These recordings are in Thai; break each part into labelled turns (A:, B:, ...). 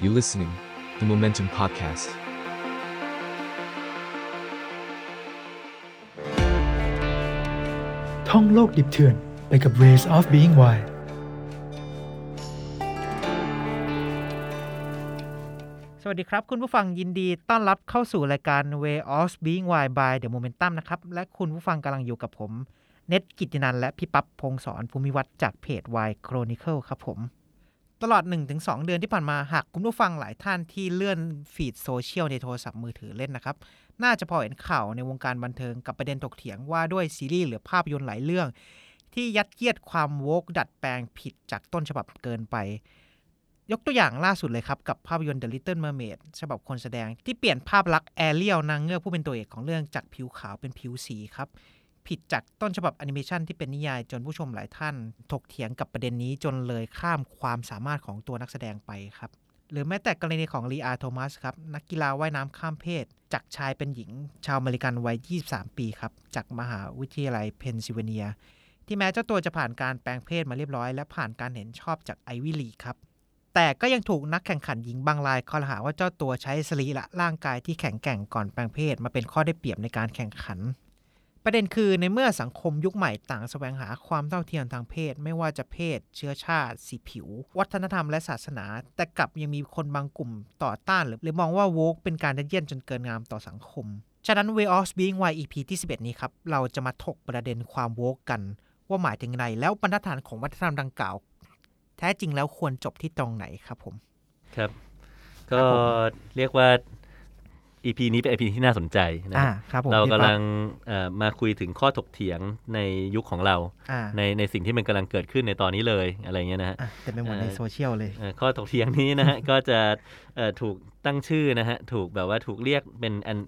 A: You listening, the Momentum Podcast.
B: ท่องโลกดิบเถื่อนไปกับ Ways of Being Wild
C: สวัสดีครับ คุณผู้ฟังยินดีต้อนรับเข้าสู่รายการ Way of Being Why by The Momentum นะครับ และคุณผู้ฟังกำลังอยู่กับผม เน็ตกิตตินันและพี่ปั๊บพงศรภูมิวัฒน์จากเพจ Y Chronicle ครับผม ตลอด 1-2 เดือนที่ผ่านมาหากคุณผู้ฟังหลายท่านที่เลื่อนฟีดโซเชียลในโทรศัพท์มือถือเล่นนะครับ น่าจะพอเห็นข่าวในวงการบันเทิงกับประเด็นถกเถียงว่าด้วยซีรีส์หรือภาพยนตร์หลายเรื่อง ที่ยัดเยียดความโวกดัดแปลงผิดจากต้นฉบับเกินไป ยกตัวอย่างล่าสุดเลยครับ กับภาพยนตร์ The Little Mermaid ฉบับคนแสดงที่เปลี่ยนภาพลักษณ์แอเรียลนางเงือกผู้เป็นตัวเอกของเรื่องจากผิวขาวเป็นผิวสีครับ ผิดจากต้นฉบับแอนิเมชันที่เป็นนิยายจนผู้ชมหลายท่าน ถกเถียงกับประเด็นนี้จนเลยข้ามความสามารถของตัวนักแสดงไปครับ หรือแม้แต่กรณีของลีอาโทมัสครับ นักกีฬาว่ายน้ำข้ามเพศ จากชายเป็นหญิง ชาวอเมริกันวัย 23 ปีครับ จากมหาวิทยาลัยเพนซิลเวเนีย ที่แม้เจ้าตัวจะผ่านการแปลงเพศมาเรียบร้อย และผ่านการเห็นชอบจากไอวิลีครับ แต่ก็ยังถูกนักแข่งขันหญิงบางรายข้อหาว่าเจ้าตัวใช้สรีระร่างกายที่แข็งแกร่งก่อนแปลงเพศมาเป็นข้อได้เปรียบในการแข่งขัน ประเด็นคือในเมื่อสังคมยุคใหม่ต่างแสวงหาความเท่าเทียมทางเพศ ไม่ว่าจะเพศ เชื้อชาติ สีผิว วัฒนธรรมและศาสนา แต่กลับยังมีคนบางกลุ่มต่อต้านหรือหรือมองว่าโวกเป็นการยัดเยียดจนเกินงามต่อสังคม ฉะนั้น Way of Being Y EP ที่ 11 นี้ครับ เราจะมาถกประเด็นความโวกกัน ว่าหมายถึงอะไรแล้วบรรทัดฐานของวัฒนธรรมดังกล่าว แท้จริงแล้วควรจบที่ตรงไหนครับผม
D: ครับ ก็
C: ครับผม
D: เรียกว่า EP นี้เป็น EP ที่น่าสนใจนะ
C: อ่า
D: ครับ
C: ครับผม
D: เรา
C: พี่
D: กำ
C: ปั๊บ
D: ลังเอ่อมาคุยถึงข้อถกเถียงในยุคของเรา
C: อ่า
D: ในในสิ่งที่มันกำลังเกิดขึ้นในตอนนี้เลยอะไรเงี้ย นะฮะ
C: อ่ะเต็มไปหมด
D: เอ่อ
C: ในโซเชียลเลย
D: เอ่อข้อถกเถียงนี้นะฮะ ก็จะเอ่อถูกตั้งชื่อนะฮะ ถูกแบบว่าถูกเรียกเป็นอัน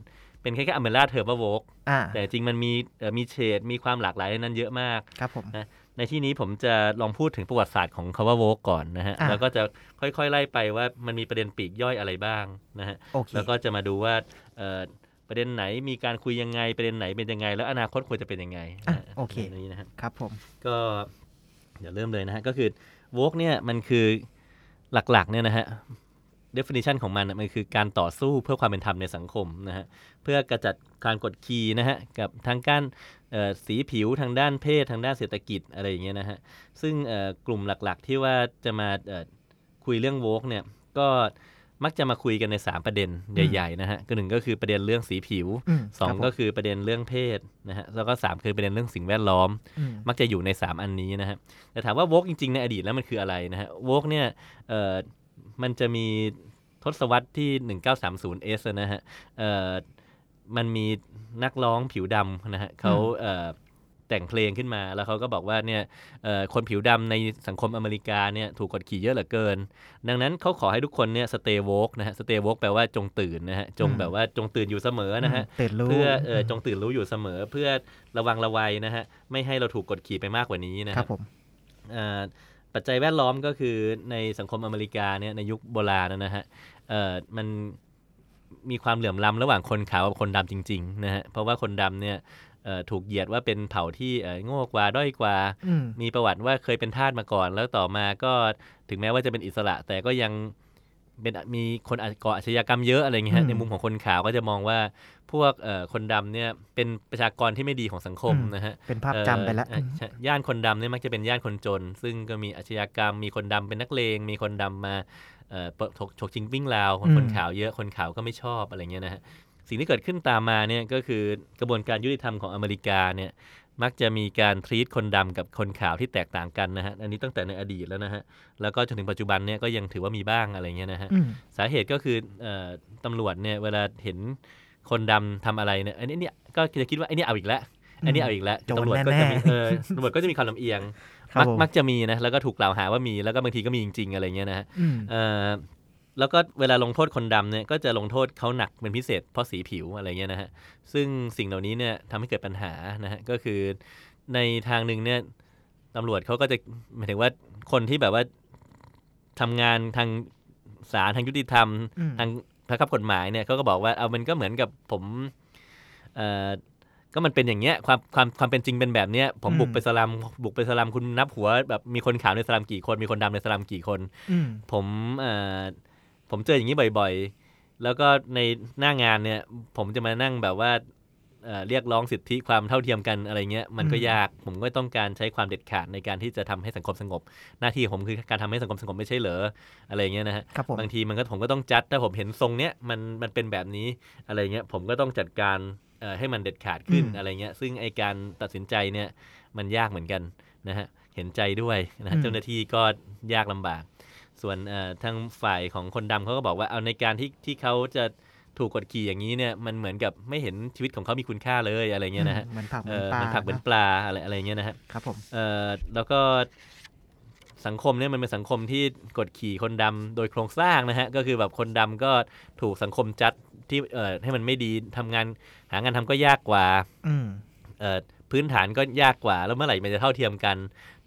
D: เป็นแค่แค่อเมร่าเทอร์บโวก
C: อ่า
D: แต่จริงมันมีเอ่อมีเฉดมีความหลากหลายในนั้นเยอะมาก
C: ครับผม
D: ในที่นี้ผมจะลองพูดถึงประวัติศาสตร์ของคำว่าโวกก่อนนะฮะ
C: อ่ะ
D: แล้วก็จะค่อยๆไล่ไปว่ามันมีประเด็นปลีกย่อยอะไรบ้างนะฮะ
C: โอเค
D: แล้วก็จะมาดูว่าเอ่อประเด็นไหนมีการคุยยังไงประเด็นไหนเป็นยังไง แล้วอนาคตควรจะเป็นยังไง
C: อ่ะ
D: นะฮะ
C: โอเค
D: ประมาณนี้นะฮะ
C: ครับผม
D: ก็เดี๋ยวเริ่มเลยนะฮะก็คือวกเนี่ยมันคือหลักๆเนี่ยนะฮะ definition ของมันน่ะมันคือการต่อสู้เพื่อความเป็นธรรมในสังคมนะฮะเพื่อกระจัดการกดขี่นะฮะกับทางการเอ่อสีผิวทางด้านเพศทางด้านเศรษฐกิจอะไรอย่างเงี้ยนะฮะซึ่งเอ่อกลุ่มหลักๆ ที่ว่าจะมาเอ่อคุยเรื่องโวกเนี่ยก็มักจะมาคุยกันใน 3 ประเด็นใหญ่ๆนะฮะก็หนึ่งก็คือประเด็นเรื่องสีผิว
C: อืม
D: สอง
C: ครับผม
D: ก็คือประเด็นเรื่องเพศนะฮะแล้วก็สามคือประเด็นเรื่องสิ่งแวดล้อม
C: อืม
D: มักจะอยู่ใน 3 อันนี้นะฮะ แต่ถามว่าโวกจริง ๆ ในอดีตแล้วมันคืออะไรนะฮะโวกเนี่ยเอ่อมันจะมีทศวรรษที่ 1930 S นะฮะเอ่อมันมีนักร้องผิวดำนะฮะเขาเอ่อแต่งเพลงขึ้นมาแล้วเขาก็บอกว่าเนี่ยเอ่อคนผิวดำในสังคมอเมริกาเนี่ยถูกกดขี่เยอะเหลือเกิน ดังนั้นเขาขอให้ทุกคนเนี่ยสเตย์โวกนะฮะสเตย์โวกแปลว่าจงตื่นนะฮะจง
C: อืม
D: แบบว่าจงตื่นอยู่เสมอนะฮะ
C: เตือนรู้
D: เพื่อเออจงตื่นรู้อยู่เสมอเพื่อระวังระวัยนะฮะ ไม่ให้เราถูกกดขี่ไปมากกว่านี้นะ
C: ค
D: ค
C: รับ
D: รั
C: บ ผม
D: เอ่อปัจจัยแวดล้อมก็คือในสังคมอเมริกาเนี่ยในยุคโบราณนะฮะเอ่อมันมีความเหลื่อมล้ำระหว่างคนขาวกับคนดำจริงๆนะฮะเพราะว่าคนดำเนี่ยเอ่อถูกเหยียดว่าเป็นเผ่าที่เอ่อโง่กว่าด้อยกว่า
C: อืม
D: มีประวัติว่าเคยเป็นทาสมาก่อน แล้วต่อมาก็ถึงแม้ว่าจะเป็นอิสระ แต่ก็ยังเป็นมีคนอาก่ออาชญากรรมเยอะอะไรเงี้ยฮะ
C: อืม
D: ในมุมของคนขาวก็จะมองว่าพวกเอ่อคนดำเนี่ยเป็นประชากรที่ไม่ดีของสังคม
C: อืม
D: นะฮะ
C: เป็นภาพจำไปแล้ว
D: เอ่อใช่ย่านคนดำเนี่ยมักจะเป็นย่านคนจน ซึ่งก็มีอาชญากรรม มีคนดำเป็นนักเลง มีคนดำมาเอ่อปะถกฉกชิงวิ่งราวคนคนขาวเยอะคนขาวก็ไม่ชอบอะไรเงี้ยนะฮะสิ่งที่เกิดขึ้นตามมาเนี่ยก็คือกระบวนการยุติธรรมของอเมริกาเนี่ย มักจะมีการทรีตคนดำกับคนขาวที่แตกต่างกันนะฮะ อันนี้ตั้งแต่ในอดีตแล้วนะฮะ แล้วก็จนถึงปัจจุบันเนี่ยก็ยังถือว่ามีบ้างอะไรเงี้ยนะฮะ
C: อืม
D: สาเหตุก็คือเออตำรวจเนี่ยเวลาเห็นคนดำทำอะไรเนี่ยอันนี้เนี่ยก็จะคิดว่าไอ้เนี่ยเอาอีกแล้วอันนี้เอาอีกแล้ว
C: โดน
D: ตำรวจก็จะมี
C: แน่ๆ
D: เออตำรวจก็จะมีความลำเอียง
C: ครับ
D: มัก
C: ผม
D: มักจะมีนะแล้วก็ถูกกล่าวหาว่ามีแล้วก็บางทีก็มีจริงๆอะไรเงี้ยนะฮะ
C: อืม
D: เอ่อแล้วก็เวลาลงโทษคนดำเนี่ยก็จะลงโทษเขาหนักเป็นพิเศษเพราะสีผิวอะไรเงี้ยนะฮะซึ่งสิ่งเหล่านี้เนี่ยทำให้เกิดปัญหานะฮะก็คือในทางหนึ่งเนี่ยตำรวจเขาก็จะหมายถึงว่าคนที่แบบว่าทำงานทางศาลทางยุติธรรม
C: อืม
D: ทางทักับกฎหมายเนี่ยเขาก็บอกว่าเอามันก็เหมือนกับผมเอ่อก็มันเป็นอย่างเงี้ยความความความเป็นจริงเป็นแบบเนี้ยผมบุกไปสลัมบุกไปสลัมคุณนับหัวแบบมีคนขาวในสลัมกี่คนมีคนดำในสลัมกี่คน
C: อืม
D: ผมเอ่อ ผมเจออย่างนี้บ่อยๆ แล้วก็ในหน้างานเนี่ย ผมจะมานั่งแบบว่าเอ่อเรียกร้องสิทธิความเท่าเทียมกันอะไรเงี้ยมันก็
C: อืม
D: ยากผมก็ต้องการใช้ความเด็ดขาดในการที่จะทำให้สังคมสงบ หน้าที่ของผมคือการทำให้สังคมสงบไม่ใช่เหรออะไรเงี้ยนะฮะ
C: ครับผม
D: บางทีมันก็ผมก็ต้องจัดถ้าผมเห็นทรงเนี้ยมันมันเป็นแบบนี้อะไรเงี้ยผมก็ต้องจัดการเอ่อให้มันเด็ดขาดขึ้น
C: อืม
D: อะไรเงี้ยซึ่งไอการตัดสินใจเนี่ยมันยากเหมือนกันนะฮะเห็นใจด้วยนะ
C: อื
D: ฮะ
C: ม
D: เจ้าหน้าที่ก็ยากลำบาก ส่วนเอ่อทางฝ่ายของคนดำเขาก็บอกว่าเอาในการที่ที่เขาจะถูกกดขี่อย่างนี้เนี่ยมันเหมือนกับไม่เห็นชีวิตของเขามีคุณค่าเลยอะไรเงี้ยนะฮะ
C: อืมเหมือนผักเห
D: เอ
C: มือน
D: อ
C: ปลา
D: มันผักเหมือนปลาอะไรอะไรเงี้ยนะฮะ
C: ครับผม
D: เอ่อแล้วก็สังคมเนี่ยมันเป็นสังคมที่กดขี่คนดำโดยโครงสร้างนะฮะก็คือแบบคนดำก็ถูกสังคมจัดที่เอ่อให้มันไม่ดีทำงานหางานทำก็ยากกว่า
C: อืม
D: เอ่อพื้นฐานก็ยากกว่า แล้วเมื่อไหร่มันจะเท่าเทียมกัน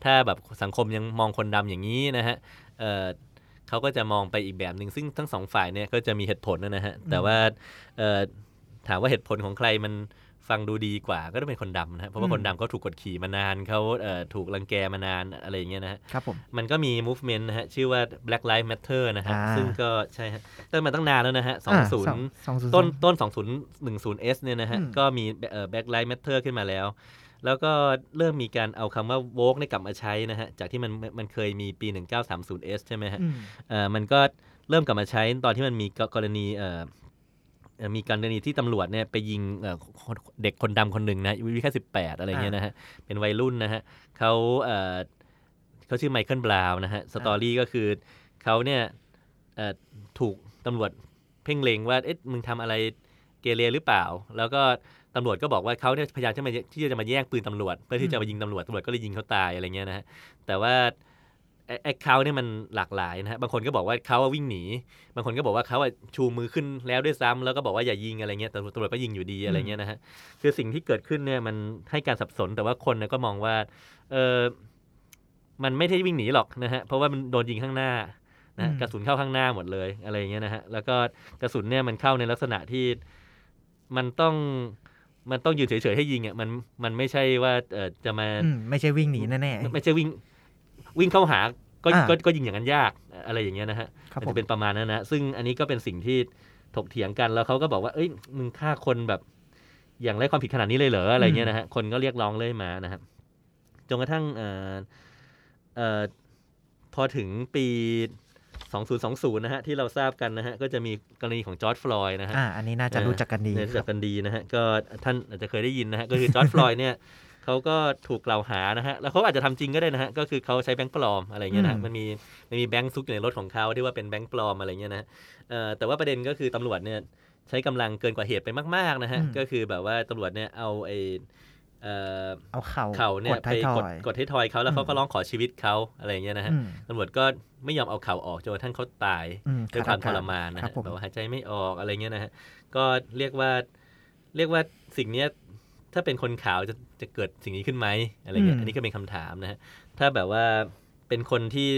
D: ถ้าแบบสังคมยังมองคนดำอย่างนี้นะฮะเอ่อเขาก็จะมองไปอีกแบบหนึ่งซึ่งทั้งสองฝ่ายเนี่ยก็จะมีเหตุผลนะฮะแต่ว่าเอ่อถามว่าเหตุผลของใครมัน ฟังดูดีกว่าก็ต้องเป็นคนดำนะฮะเพราะว่า
C: อืม
D: คนดำเขาถูกกดขี่มานานเขาเอ่อถูกรังแกมานานอะไรอย่างเงี้ยนะฮะ
C: ครับผม
D: มันก็มี movement นะฮะชื่อว่า Black Lives Matter นะฮะ
C: อ่า
D: ซึ่งก็ใช่ฮะตั้งมาตั้งนานแล้วนะฮะ
C: อ่า
D: 20
C: สองศูนย์
D: ต้นต้น 2010 S เนี่ยนะฮะ
C: อืม
D: ก็มีเอ่อ Black Lives Matter ขึ้นมาแล้ว แล้วก็เริ่มมีการเอาคำว่า woke เนี่ยกลับมาใช้นะฮะ จากที่มันมันเคยมีปี 1930 S ใช่ไหมฮะ
C: อืม
D: เอ่อมันก็เริ่มกลับมาใช้ตอนที่มันมีกกรณีเอ่อเอ่อมีกรณีที่ตำรวจเนี่ยไปยิงเอ่อคนเด็กคนดำคนหนึ่งนะอายุแค่สิบแปดอะไรเงี้ยนะฮะ เป็นวัยรุ่นนะฮะเขาเอ่อเขาชื่อไมเคิลบราวน์นะฮะ สตอรี่ก็คือเขาเนี่ยเอ่อถูกตำรวจเพ่งเลงว่า เอ๊ะ มึงทำอะไรเกเรหรือเปล่า แล้วก็ตำรวจก็บอกว่าเขาเนี่ยพยายามที่จะมาที่จะมาแย่งปืนตำรวจ เพื่อที่จะมายิงตำรวจตำรวจก็เลยยิงเขาตายอะไรเงี้ยนะฮะ แต่ว่าไอ้ไอ้เขาเนี่ยมันหลากหลายนะฮะ บางคนก็บอกว่าเขาอะวิ่งหนี บางคนก็บอกว่าเขาอะชูมือขึ้นแล้วด้วยซ้ำแล้วก็บอกว่าอย่ายิงอะไรเงี้ยแต่ตำรวจก็ยิงอยู่ดีอะไรเงี้ยนะฮะ คือสิ่งที่เกิดขึ้นเนี่ยมันให้การสับสนแต่ว่าคนเนี่ยก็มองว่า เออมันไม่ได้วิ่งหนีหรอกนะฮะ เพราะว่ามันโดนยิงข้างหน้านะฮะ
C: อืม
D: กระสุนเข้าข้างหน้าหมดเลยอะไรเงี้ยนะฮะ แล้วก็กระสุนเนี่ยมันเข้าในลักษณะที่มันต้องมันต้องยืนเฉยๆให้ยิงอ่ะมันมันไม่ใช่ว่าเออจะมา
C: อืมไม่ใช่วิ่งหนีแน่
D: ไม่ไม่ใช่วิ่งวิ่งเข้าหาก็
C: อ่า
D: ก็ก็ยิงอย่างนั้นยากอะไรอย่างเงี้ยนะฮะ
C: ๆครับผม
D: มันจะเป็นประมาณนั้นนะซึ่งอันนี้ก็เป็นสิ่งที่ถกเถียงกันแล้วเขาก็บอกว่าเอ้ยมึงฆ่าคนแบบ อย่างไรความผิดขนาดนี้เลยเหรออะไรเงี้ยนะฮะคนก็เรียกร้องเลยมานะครับจนกระทั่งเอ่อเอ่อพอถึงปี 2020 นะฮะที่เราทราบกันนะฮะก็จะมีกรณีของจอร์ดฟลอยด์นะฮะ
C: อ่า อันนี้น่าจะรู้จักกันดี
D: เนี่ยรู้จักกันดีนะฮะก็ท่านอาจจะเคยได้ยินนะฮะก็คือจอร์ดฟลอย เนี่ยเขาก็ถูกกล่าวหานะฮะแล้วเขาอาจจะทำจริงก็ได้นะฮะก็คือเขาใช้แบงค์ปลอมอะไรเงี้ยนะฮะ
C: อืม
D: มันมีมันมีแบงค์ซุกอยู่ในรถของเขาที่ว่าเป็นแบงค์ปลอมอะไรเงี้ยนะฮะเอ่อแต่ว่าประเด็นก็คือตำรวจเนี่ยใช้กำลังเกินกว่าเหตุไปมากๆนะฮะก็คือแบบว่าตำรวจเนี่ยเอาไอเอ่อ
C: เอาเข่า
D: เข่าเนี่
C: ก
D: ย
C: ด
D: ไป
C: ท้ายทอก
D: ด
C: ย
D: กดให้ทอยเขาแล้วเขาก็
C: อืม
D: ร้องขอชีวิตเขาอะไรเงี้ยนะฮะ
C: อืม
D: ตำรวจก็ไม่ยอมเอาเข่าออกจนกระทั่งเขาตาย
C: อืม
D: ด้วย
C: ค
D: ควา
C: บ
D: มทรมานนะ
C: ค
D: ฮะ
C: บผม
D: แบบว่าหายใจไม่ออกอะไรเงี้ยนะฮะก็เรียกว่าเรียกว่าสิ่งเนี้ยถ้าเป็นคนขาวจะจะเกิดสิ่งนี้ขึ้นไหมอะไรเงี้
C: อื
D: ย
C: ม
D: อันนี้ก็เป็นคำถามนะฮะถ้าแบบว่าเป็นคนที่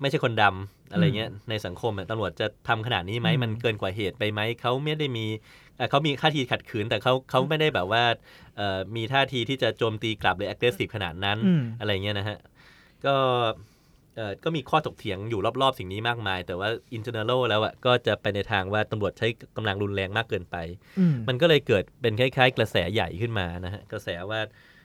D: ไม่ใช่คนดำอะไรเงี้ยในสังคมอะตำรวจจะทำขนาดนี้ไหม
C: อืม
D: มันเกินกว่าเหตุไปไหมเขาไม่ได้มีเอ่อเขามีท่าทีขัดขืน แต่เขาเขาไม่ได้แบบว่าเอ่อมีท่าทีที่จะโจมตีกลับหรือ aggressive ขนาดนั้น
C: อืม
D: อะไรเงี้ยนะฮะ ก็เออก็มีข้อถกเถียงอยู่รอบๆ สิ่งนี้มากมาย แต่ว่า in general แล้วอะก็จะไปในทางว่าตำรวจใช้กำลังรุนแรงมากเกินไป
C: อืม
D: มันก็เลยเกิดเป็นคล้าย ๆ กระแสใหญ่ขึ้นมานะฮะ กระแสว่า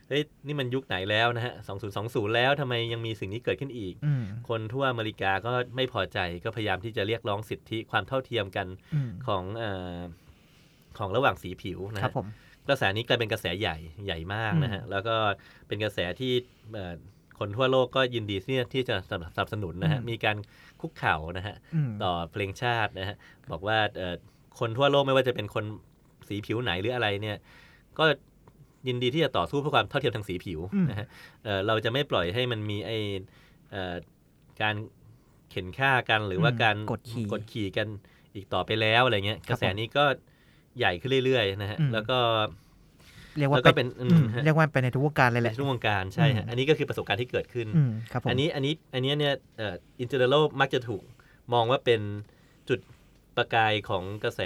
D: เฮ้ยนี่มันยุคไหนแล้วนะฮะ 2020 แล้วทำไมยังมีสิ่งนี้เกิดขึ้นอีก
C: อืม
D: คนทั่วอเมริกาก็ไม่พอใจก็พยายามที่จะเรียกร้องสิทธิความเท่าเทียมกัน
C: อืม
D: ของเออของระหว่างสีผิวนะ
C: ครั
D: ฮะ
C: บผม
D: กระแสนี้กลายเป็นกระแสใหญ่ใหญ่มากนะฮะ แล้วก็เป็นกระแสที่เอ่อคนทั่วโลกก็ยินดีที่ที่จะสนับสนับสนุนนะฮะ
C: อืม
D: มีการคุกเข่านะฮะ
C: อืม
D: ต่อเพลงชาตินะฮะ บอกว่าเอ่อคนทั่วโลกไม่ว่าจะเป็นคนสีผิวไหนหรืออะไรเนี่ย ก็ยินดีที่จะต่อสู้เพื่อความเท่าเทียมทางสีผิว
C: อืม
D: นะฮะเอ่อเราจะไม่ปล่อยให้มันมีไอเอ่อการเข็นฆ่ากันหรือว่าการ
C: กดขี่
D: กดขี่กันอีกต่อไปแล้วอะไรเงี้ย
C: ค
D: ก
C: รับ
D: ระแสนี้ก็ใหญ่ขึ้นเรื่อยๆนะฮะ
C: อืม
D: แล้วก็
C: เรียกว่า
D: แล้วก็เป็น
C: อื
D: อื
C: ม
D: มฮะ
C: เรียกว่าเป็นในทุกวงการเลยแห
D: ใน
C: ละ
D: ทุกวงการใช่
C: อื
D: ฮะ
C: ม
D: อันนี้ก็คือประสบการณ์ที่เกิดขึ้น
C: อืมครับผม
D: อันนี้อันนี้อันนี้เนี่ยเอ่ออินเตอร์เนมักจะถูกมองว่าเป็นจุดประกายของกระแส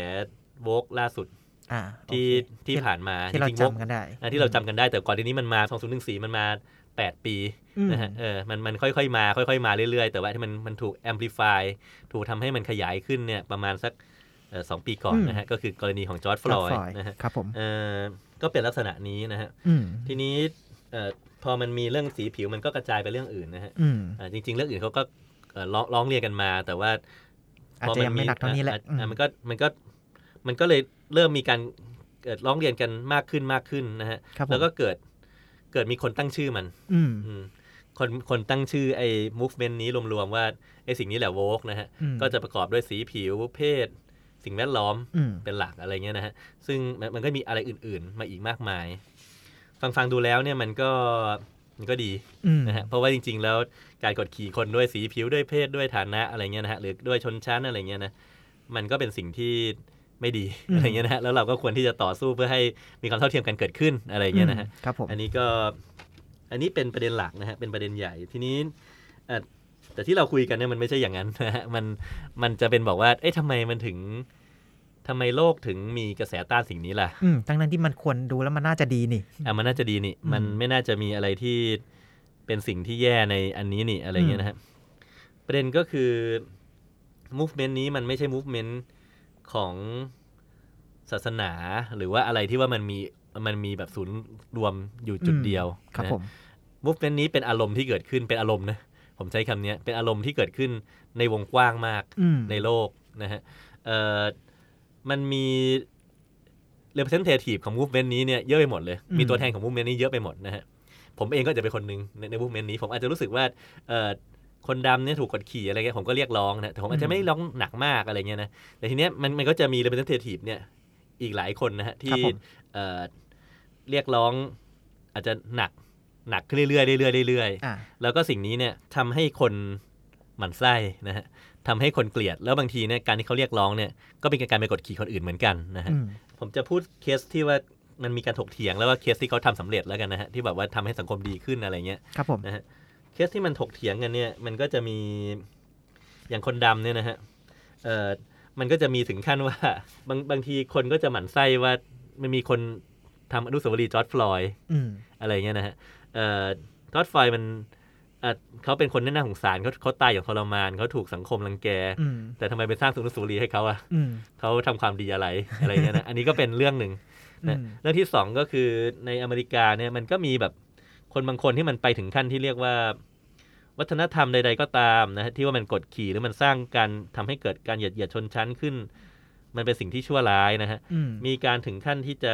D: โวกล่าสุด
C: อ่า
D: ที่
C: โอเค
D: ที่ผ่านมา
C: ที่เรา
D: จริงๆ Vogue
C: จำกันได้
D: อ่ะที่เราจำกันได้แต่ก่อนทีนี้มันมา 2014 มันมา 8 ปี
C: อืม
D: นะฮะเออมันมันค่อยๆมาค่อยๆมาเรื่อยๆ แต่ว่าที่มันมันถูกแอมพลิฟายถูกทำให้มันขยายขึ้นเนี่ยประมาณสักเอ่อสองปีก่อนนะฮะก็คือกรณีของจอร์จฟลอยด์นะฮะ
C: ครับผม
D: เออก็เป็นลักษณะนี้นะฮะ
C: อืม
D: ทีนี้เอ่อพอมันมีเรื่องสีผิวมันก็กระจายไปเรื่องอื่นนะฮะ
C: อืม
D: เอ่อจริง ๆ เรื่องอื่นเขาก็เอ่อร้องร้องเรียนกันมา แต่ว่า
C: อาจจะยังไม่หนักเท่านี้แหละ
D: อ่
C: อื
D: อ่
C: ม
D: มันก็มันก็มันก็เลยเริ่มมีการเกิดร้องเรียนกันมากขึ้นมากขึ้นนะฮะ
C: ครับผม
D: แล้วก็เกิดเกิดมีคนตั้งชื่อมัน
C: อืม
D: อืมคนคนตั้งชื่อไอ้ movement นี้รวมๆว่าไอ้สิ่งนี้แหละโวกนะฮะ
C: อืม
D: ก็จะประกอบด้วยสีผิวเพศ สิ่งแวดล้อม
C: อืม
D: เป็นหลักอะไรเงี้ยนะฮะ ซึ่งมันมันก็มีอะไรอื่นๆ มาอีกมากมาย ฟังฟังดูแล้วเนี่ยมันก็มันก็ดี
C: อืม
D: นะฮะ เพราะว่าจริงๆ แล้วการกดขี่คนด้วยสีผิวด้วยเพศด้วยฐานะอะไรเงี้ยนะฮะ หรือด้วยชนชั้นอะไรเงี้ยนะ มันก็เป็นสิ่งที่ไม่ดี อะไรเงี้ยนะฮะ แล้วเราก็ควรที่จะต่อสู้เพื่อให้มีความเท่าเทียมกันเกิดขึ้นอะไรเงี้ยนะฮะ
C: มครับผม
D: อันนี้ก็อันนี้เป็นประเด็นหลักนะฮะเป็นประเด็นใหญ่ทีนี้เอ่อแต่ที่เราคุยกันเนี่ยมันไม่ใช่อย่างนั้นนะฮะมันมันจะเป็นบอกว่าเอ๊ะทำไมมันถึงทำไมโลกถึงมีกระแสต้านสิ่งนี้ล่ะ
C: อืมทั้งนั้นที่มันควรดูแล้วมันน่าจะดีนี่
D: อ่ะมันน่าจะดีนี่
C: อืม
D: มันไม่น่าจะมีอะไรที่เป็นสิ่งที่แย่ในอันนี้นี่อะไรเงี้ยนะฮะประเด็นก็คือ movement นี้มันไม่ใช่ movement ของศาสนา หรือว่าอะไรที่ว่ามันมีมันมีแบบศูนย์รวมอยู่จุด
C: อืม
D: เดียว
C: ครับ
D: นะฮะ
C: ผม
D: มูฟเมนต์นี้เป็นอารมณ์ที่เกิดขึ้นเป็นอารมณ์นะผมใช้คำเนี้ยเป็นอารมณ์ที่เกิดขึ้นในวงกว้างมาก
C: อืม
D: ในโลกนะฮะเอ่อมันมี representative ของ movement นี้เนี่ยเยอะไปหมดเลย มีตัวแทนของ movement นี้เยอะไปหมดนะฮะผมเองก็จะเป็นคนหนึ่งในใน movement นี้ผมอาจจะรู้สึกว่าเอ่อคนดำเนี่ยถูกกดขี่อะไรเงี้ยผมก็เรียกร้องนะแต่ผมอาจจะไม่ได้ร้องหนักมากอะไรเงี้ยนะแต่ทีเนี้ยมันมันก็จะมี representative เนี่ยอีกหลายคนนะฮะ
C: ครั
D: ที่
C: บผม
D: เอ่อเรียกร้องอาจจะหนัก หนักขึ้นเรื่อยๆเรื่อยๆเรื่อย
C: อ่า
D: ๆ แล้วก็สิ่งนี้เนี่ยทำให้คนหมั่นไส้นะฮะทำให้คนเกลียด แล้วบางทีเนี่ยการที่เขาเรียกร้องเนี่ยก็เป็นการไปกดขี่คนอื่นเหมือนกันนะฮะ
C: อืม
D: ผมจะพูดเคสที่ว่ามันมีการถกเถียงแล้วว่าเคสที่เขาทำสำเร็จแล้วกันนะฮะที่แบบว่าทำให้สังคมดีขึ้นอะไรเงี้ย
C: ครับผม
D: นะฮะเคสที่มันถกเถียงกันเนี่ยมันก็จะมีอย่างคนดำเนี่ยนะฮะเอ่อมันก็จะมีถึงขั้นว่า บางบางทีคนก็จะหมั่นไส้ว่ามันมีคนทำอนุสาวรีย์จอร์จฟลอย
C: อืม
D: อะไรเงี้ยนะฮะเอ่อทอดไฟมันเอ่อเขาเป็นคนน่าสงสารเขาเขาตายอย่างทรมานเขาถูกสังคมรังแก
C: อืม
D: แต่ทำไมไปสร้างสุนทรสูรีให้เขาอะ
C: อืม
D: เขาทำความดีอะไรอะไรเงี้ยนะ อันนี้ก็เป็นเรื่องหนึ่งนะ
C: อืม
D: เรื่องที่สองก็คือในอเมริกาเนี่ยมันก็มีแบบคนบางคนที่มันไปถึงขั้นที่เรียกว่า วัฒนธรรมใด ๆ ก็ตามนะฮะที่ว่ามันกดขี่หรือมันสร้างการทำให้เกิดการเหยียดเหยียดชนชั้นขึ้น มันเป็นสิ่งที่ชั่วร้ายนะฮะ
C: อืม
D: มีการถึงขั้นที่จะ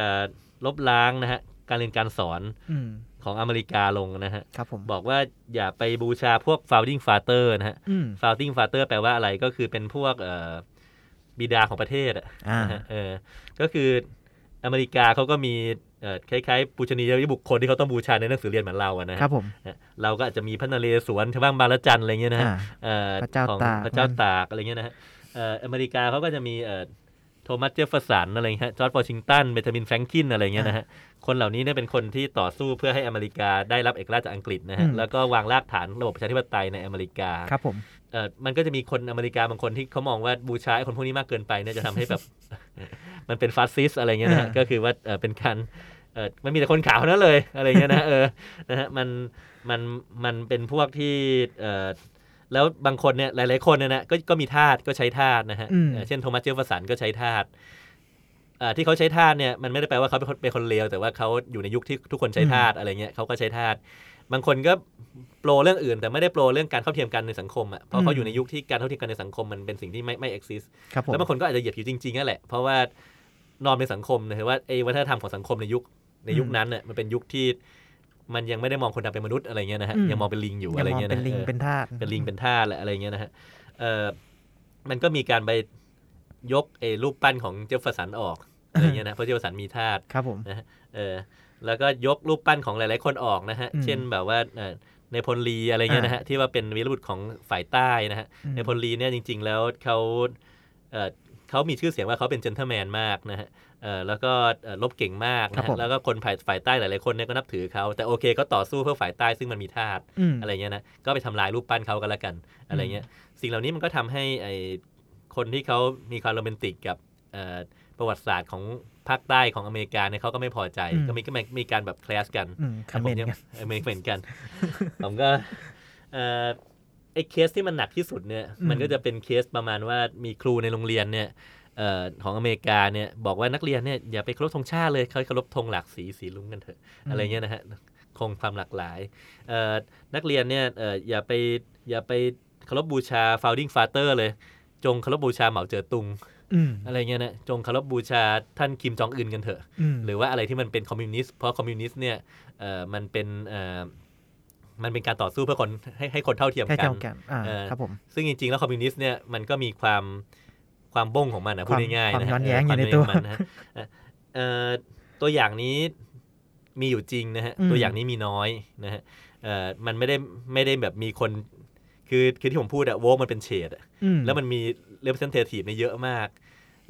D: ลบล้างนะฮะการเรียนการสอน
C: อืม
D: ของอเมริกาลงนะฮะ
C: ครับผม
D: บอกว่าอย่าไปบูชาพวก founding father นะฮะ
C: อืม
D: founding father แปลว่าอะไรก็คือเป็นพวกเอ่อบิดาของประเทศอะ
C: อ่า
D: นะฮะเออก็คืออเมริกาเขาก็มีเอ่อคล้ายๆปูชนียบุคคลที่เขาต้องบูชาในหนังสือเรียนเหมือนเราอะนะฮะ
C: ครับผม
D: นะเราก็อาจจะมีพระนเรศวรชาวบ้างบางละจันอะไรเงี้ยนะฮะ
C: อ่า
D: เอ่อ
C: พระเจ้า
D: ของ
C: ตาก
D: พระเจ้าตากอะไรเงี้ยนะฮะเอ่ออเมริกาเขาก็จะมีเอ่อโทมัสเจฟเฟอร์สันอะไรเงี้ยฮะจอร์จวอชิงตันเบนจามินแฟรงคินอะไรเงี้ยนะฮะ คนเหล่านี้เนี่ยเป็นคนที่ต่อสู้เพื่อให้อเมริกาได้รับเอกราชจากอังกฤษนะ
C: อื
D: ฮะ
C: ม
D: แล้วก็วางรากฐานระบบประชาธิปไตยในอเมริกา
C: ครับผม
D: เออมันก็จะมีคนอเมริกาบางคนที่เขามองว่าบูชาไอ้คนพวกนี้มากเกินไปเนี่ยจะทำให้แบบ มันเป็นฟาสซิสต์อะไรเงี้ยนะฮะ
C: อ่า
D: ก็คือว่าเอ่อเป็นการเออมันมีแต่คนขาวเท่านั้นเลยอะไรเงี้ยนะเอ อนะฮะมันมันมันเป็นพวกที่เออแล้วบางคนเนี่ยหลาย ๆ คนเนี่ยนะก็ก็มีทาสก็ใช้ทาสนะฮะ
C: อืม
D: เอ่อเช่นโทมัสเจฟเฟอร์สันก็ใช้ทาส อ่าที่เขาใช้ทาสเนี่ยมันไม่ได้แปลว่าเขาเป็นคนเป็นคนเลวแต่ว่าเขาอยู่ในยุคที่ทุกคนใช้ทาสอะไรเงี้ยเขาก็ใช้ทาสบางคนก็โปรเรื่องอื่น แต่ไม่ได้โปรเรื่องการเท่าเทียมกันในสังคมอ่ะเพราะเขาอยู่ในยุคที่การเท่าเทียมกันในสังคมมันเป็นสิ่งที่ไม่ไม่ exist
C: ครับผม
D: แล้วบางคนก็อาจจะเหยียดผิวจริงๆนั่นแหละเพราะว่านอมในสังคมนะว่าไอ้วัฒนธรรมของสังคมในยุคในยุคนั้นเนี่ยมันเป็นยุคที่มันยังไม่ได้มองคนดำเป็นมนุษย์อะไรเงี้ยนะฮะยังมองเป็นลิงอยู่
C: ยั
D: อะไร
C: มอง
D: เงี้ย
C: เป็
D: นะ
C: นลิง
D: ออ
C: เป็นทาส
D: เป็นลิงเป็นท่าสแหละอะไรเงี้ยนะฮะ เอ่อ มันก็มีการไปยกไอ้รูปปั้นของเจฟเฟอร์สันออกอะไรเงี้ยนะเพราะเจฟเฟอร์สันมีทาส
C: ครับผม
D: เออ แล้วก็ยกรูปปั้นของหลาย ๆ คนออกนะฮะ
C: อืม
D: เช่นแบบว่าเอ่อในพลลีอะไรเงี้ยนะฮะที่ว่าเป็นวีรบุรุษของฝ่ายใต้นะฮะ
C: อืม
D: ในพลลีเนี่ยจริง ๆ แล้วเขาเอ่อเขามีชื่อเสียงว่าเขาเป็นเจนเทอร์แมนมากนะฮะ เออแล้วก็เอ่อรบเก่งมาก
C: ครั
D: นะ
C: บผ
D: ฮะ
C: ม
D: แล้วก็คนฝ่ายฝ่ายใต้หลาย ๆ คนเนี่ยก็นับถือเขาแต่โอเคก็ต่อสู้เพื่อฝ่ายใต้ซึ่งมันมีทาส
C: อืม
D: อะไรเงี้ยนะ ก็ไปทำลายรูปปั้นเขากันละกัน อะไรเงี้ย สิ่งเหล่านี้มันก็ทำให้ไอคนที่เขามีความโรแมนติกกับเอ่อประวัติศาสตร์ของ ภาคใต้ของอเมริกาเนี่ยเขาก็ไม่พอใจ
C: อืม
D: ก็มีก็มีมีการแบบแคลสกัน
C: อืมคอมเมนต์กัน
D: ผม ยังเออเหมือนกัน ผมก็เอ่อไอ้เคสที่มันหนักที่สุดเนี่ย
C: อืม
D: มันก็จะเป็นเคสประมาณว่ามีครูในโรงเรียนเนี่ยเอ่อของอเมริกาเนี่ยบอกว่านักเรียนเนี่ยอย่าไปเคารพธงชาติเลยเขาเคารพธงหลากสีสีลุ้งกันเถอะ อะไรเงี้ยนะฮะคงความหลากหลายเอ่อนักเรียนเนี่ยเอ่ออย่าไปอย่าไปเคารพบูชา founding father เลย จงเคารพบูชาเหมาเจ๋อตุง
C: อืม
D: อะไรเงี้ยนะจงเคารพบูชาท่านคิมจองอึนกันเถอะ
C: อืม
D: หรือว่าอะไรที่มันเป็นคอมมิวนิสต์ เพราะคอมมิวนิสต์เนี่ยเอ่อมันเป็นเอ่อมันเป็นการต่อสู้เพื่อคนให้ให้คนเท่าเทียม
C: ให้
D: กั
C: เท่าน กันอ่า
D: เออ
C: ครับผม
D: ซึ่งจริงๆ แล้วคอมมิวนิสต์เนี่ยมันก็มีความความบ้งของมันนะ
C: ความ
D: พูดง่ายๆ
C: ความ
D: นะฮะ
C: ย้อนแย้ง
D: เ
C: ยู่ในตัว
D: ความย้อแย้งมันะฮะเอ่อเอ่อตัวอย่างนี้มีอยู่จริงนะฮะ
C: อืม
D: ตัวอย่างนี้มีน้อยนะฮะเอ่อมันไม่ได้ไม่ได้แบบมีคนคือคือที่ผมพูดอะโวมันเป็นเฉดอะ
C: อืม
D: แล้วมันมี representative เนี่ยเยอะมาก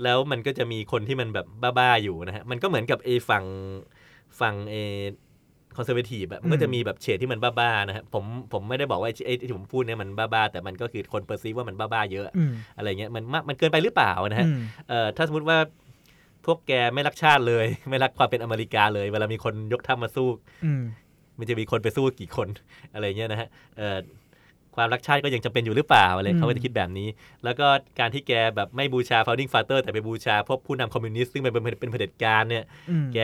D: แล้วมันก็จะมีคนที่มันแบบบ้าๆอยู่นะฮะ มันก็เหมือนกับไอ้ฝั่งฝั่งเอคอนเซอร์เวทีฟอะมันก็จะมีแบบเฉดที่มันบ้าๆนะฮะ ผมผมไม่ได้บอกว่าไอ้ไอ้ที่ผมพูดเนี่ยมันบ้าๆ แต่มันก็คือคนเปอร์ซีว่ามันบ้าๆเยอะ
C: อืม
D: อะไรเงี้ย มันมากมันเกินไปหรือเปล่านะฮะ
C: อืม
D: เอ่อถ้าสมมติว่าพวกแกไม่รักชาติเลย ไม่รักความเป็นอเมริกาเลย เวลามีคนยกทัพมาสู้
C: อืม
D: มันจะมีคนไปสู้กี่คน อะไรเงี้ยนะฮะเอ่อความรักชาติก็ยังจำเป็นอยู่หรือเปล่าอะไร
C: อืม
D: เขาก็จะคิดแบบนี้ แล้วก็การที่แกแบบไม่บูชา founding father แต่ไปบูชาพวกผู้นำคอมมิวนิสต์ซึ่งเป็นเป็นเป็นเผด็จการเนี่ย
C: อืม
D: แก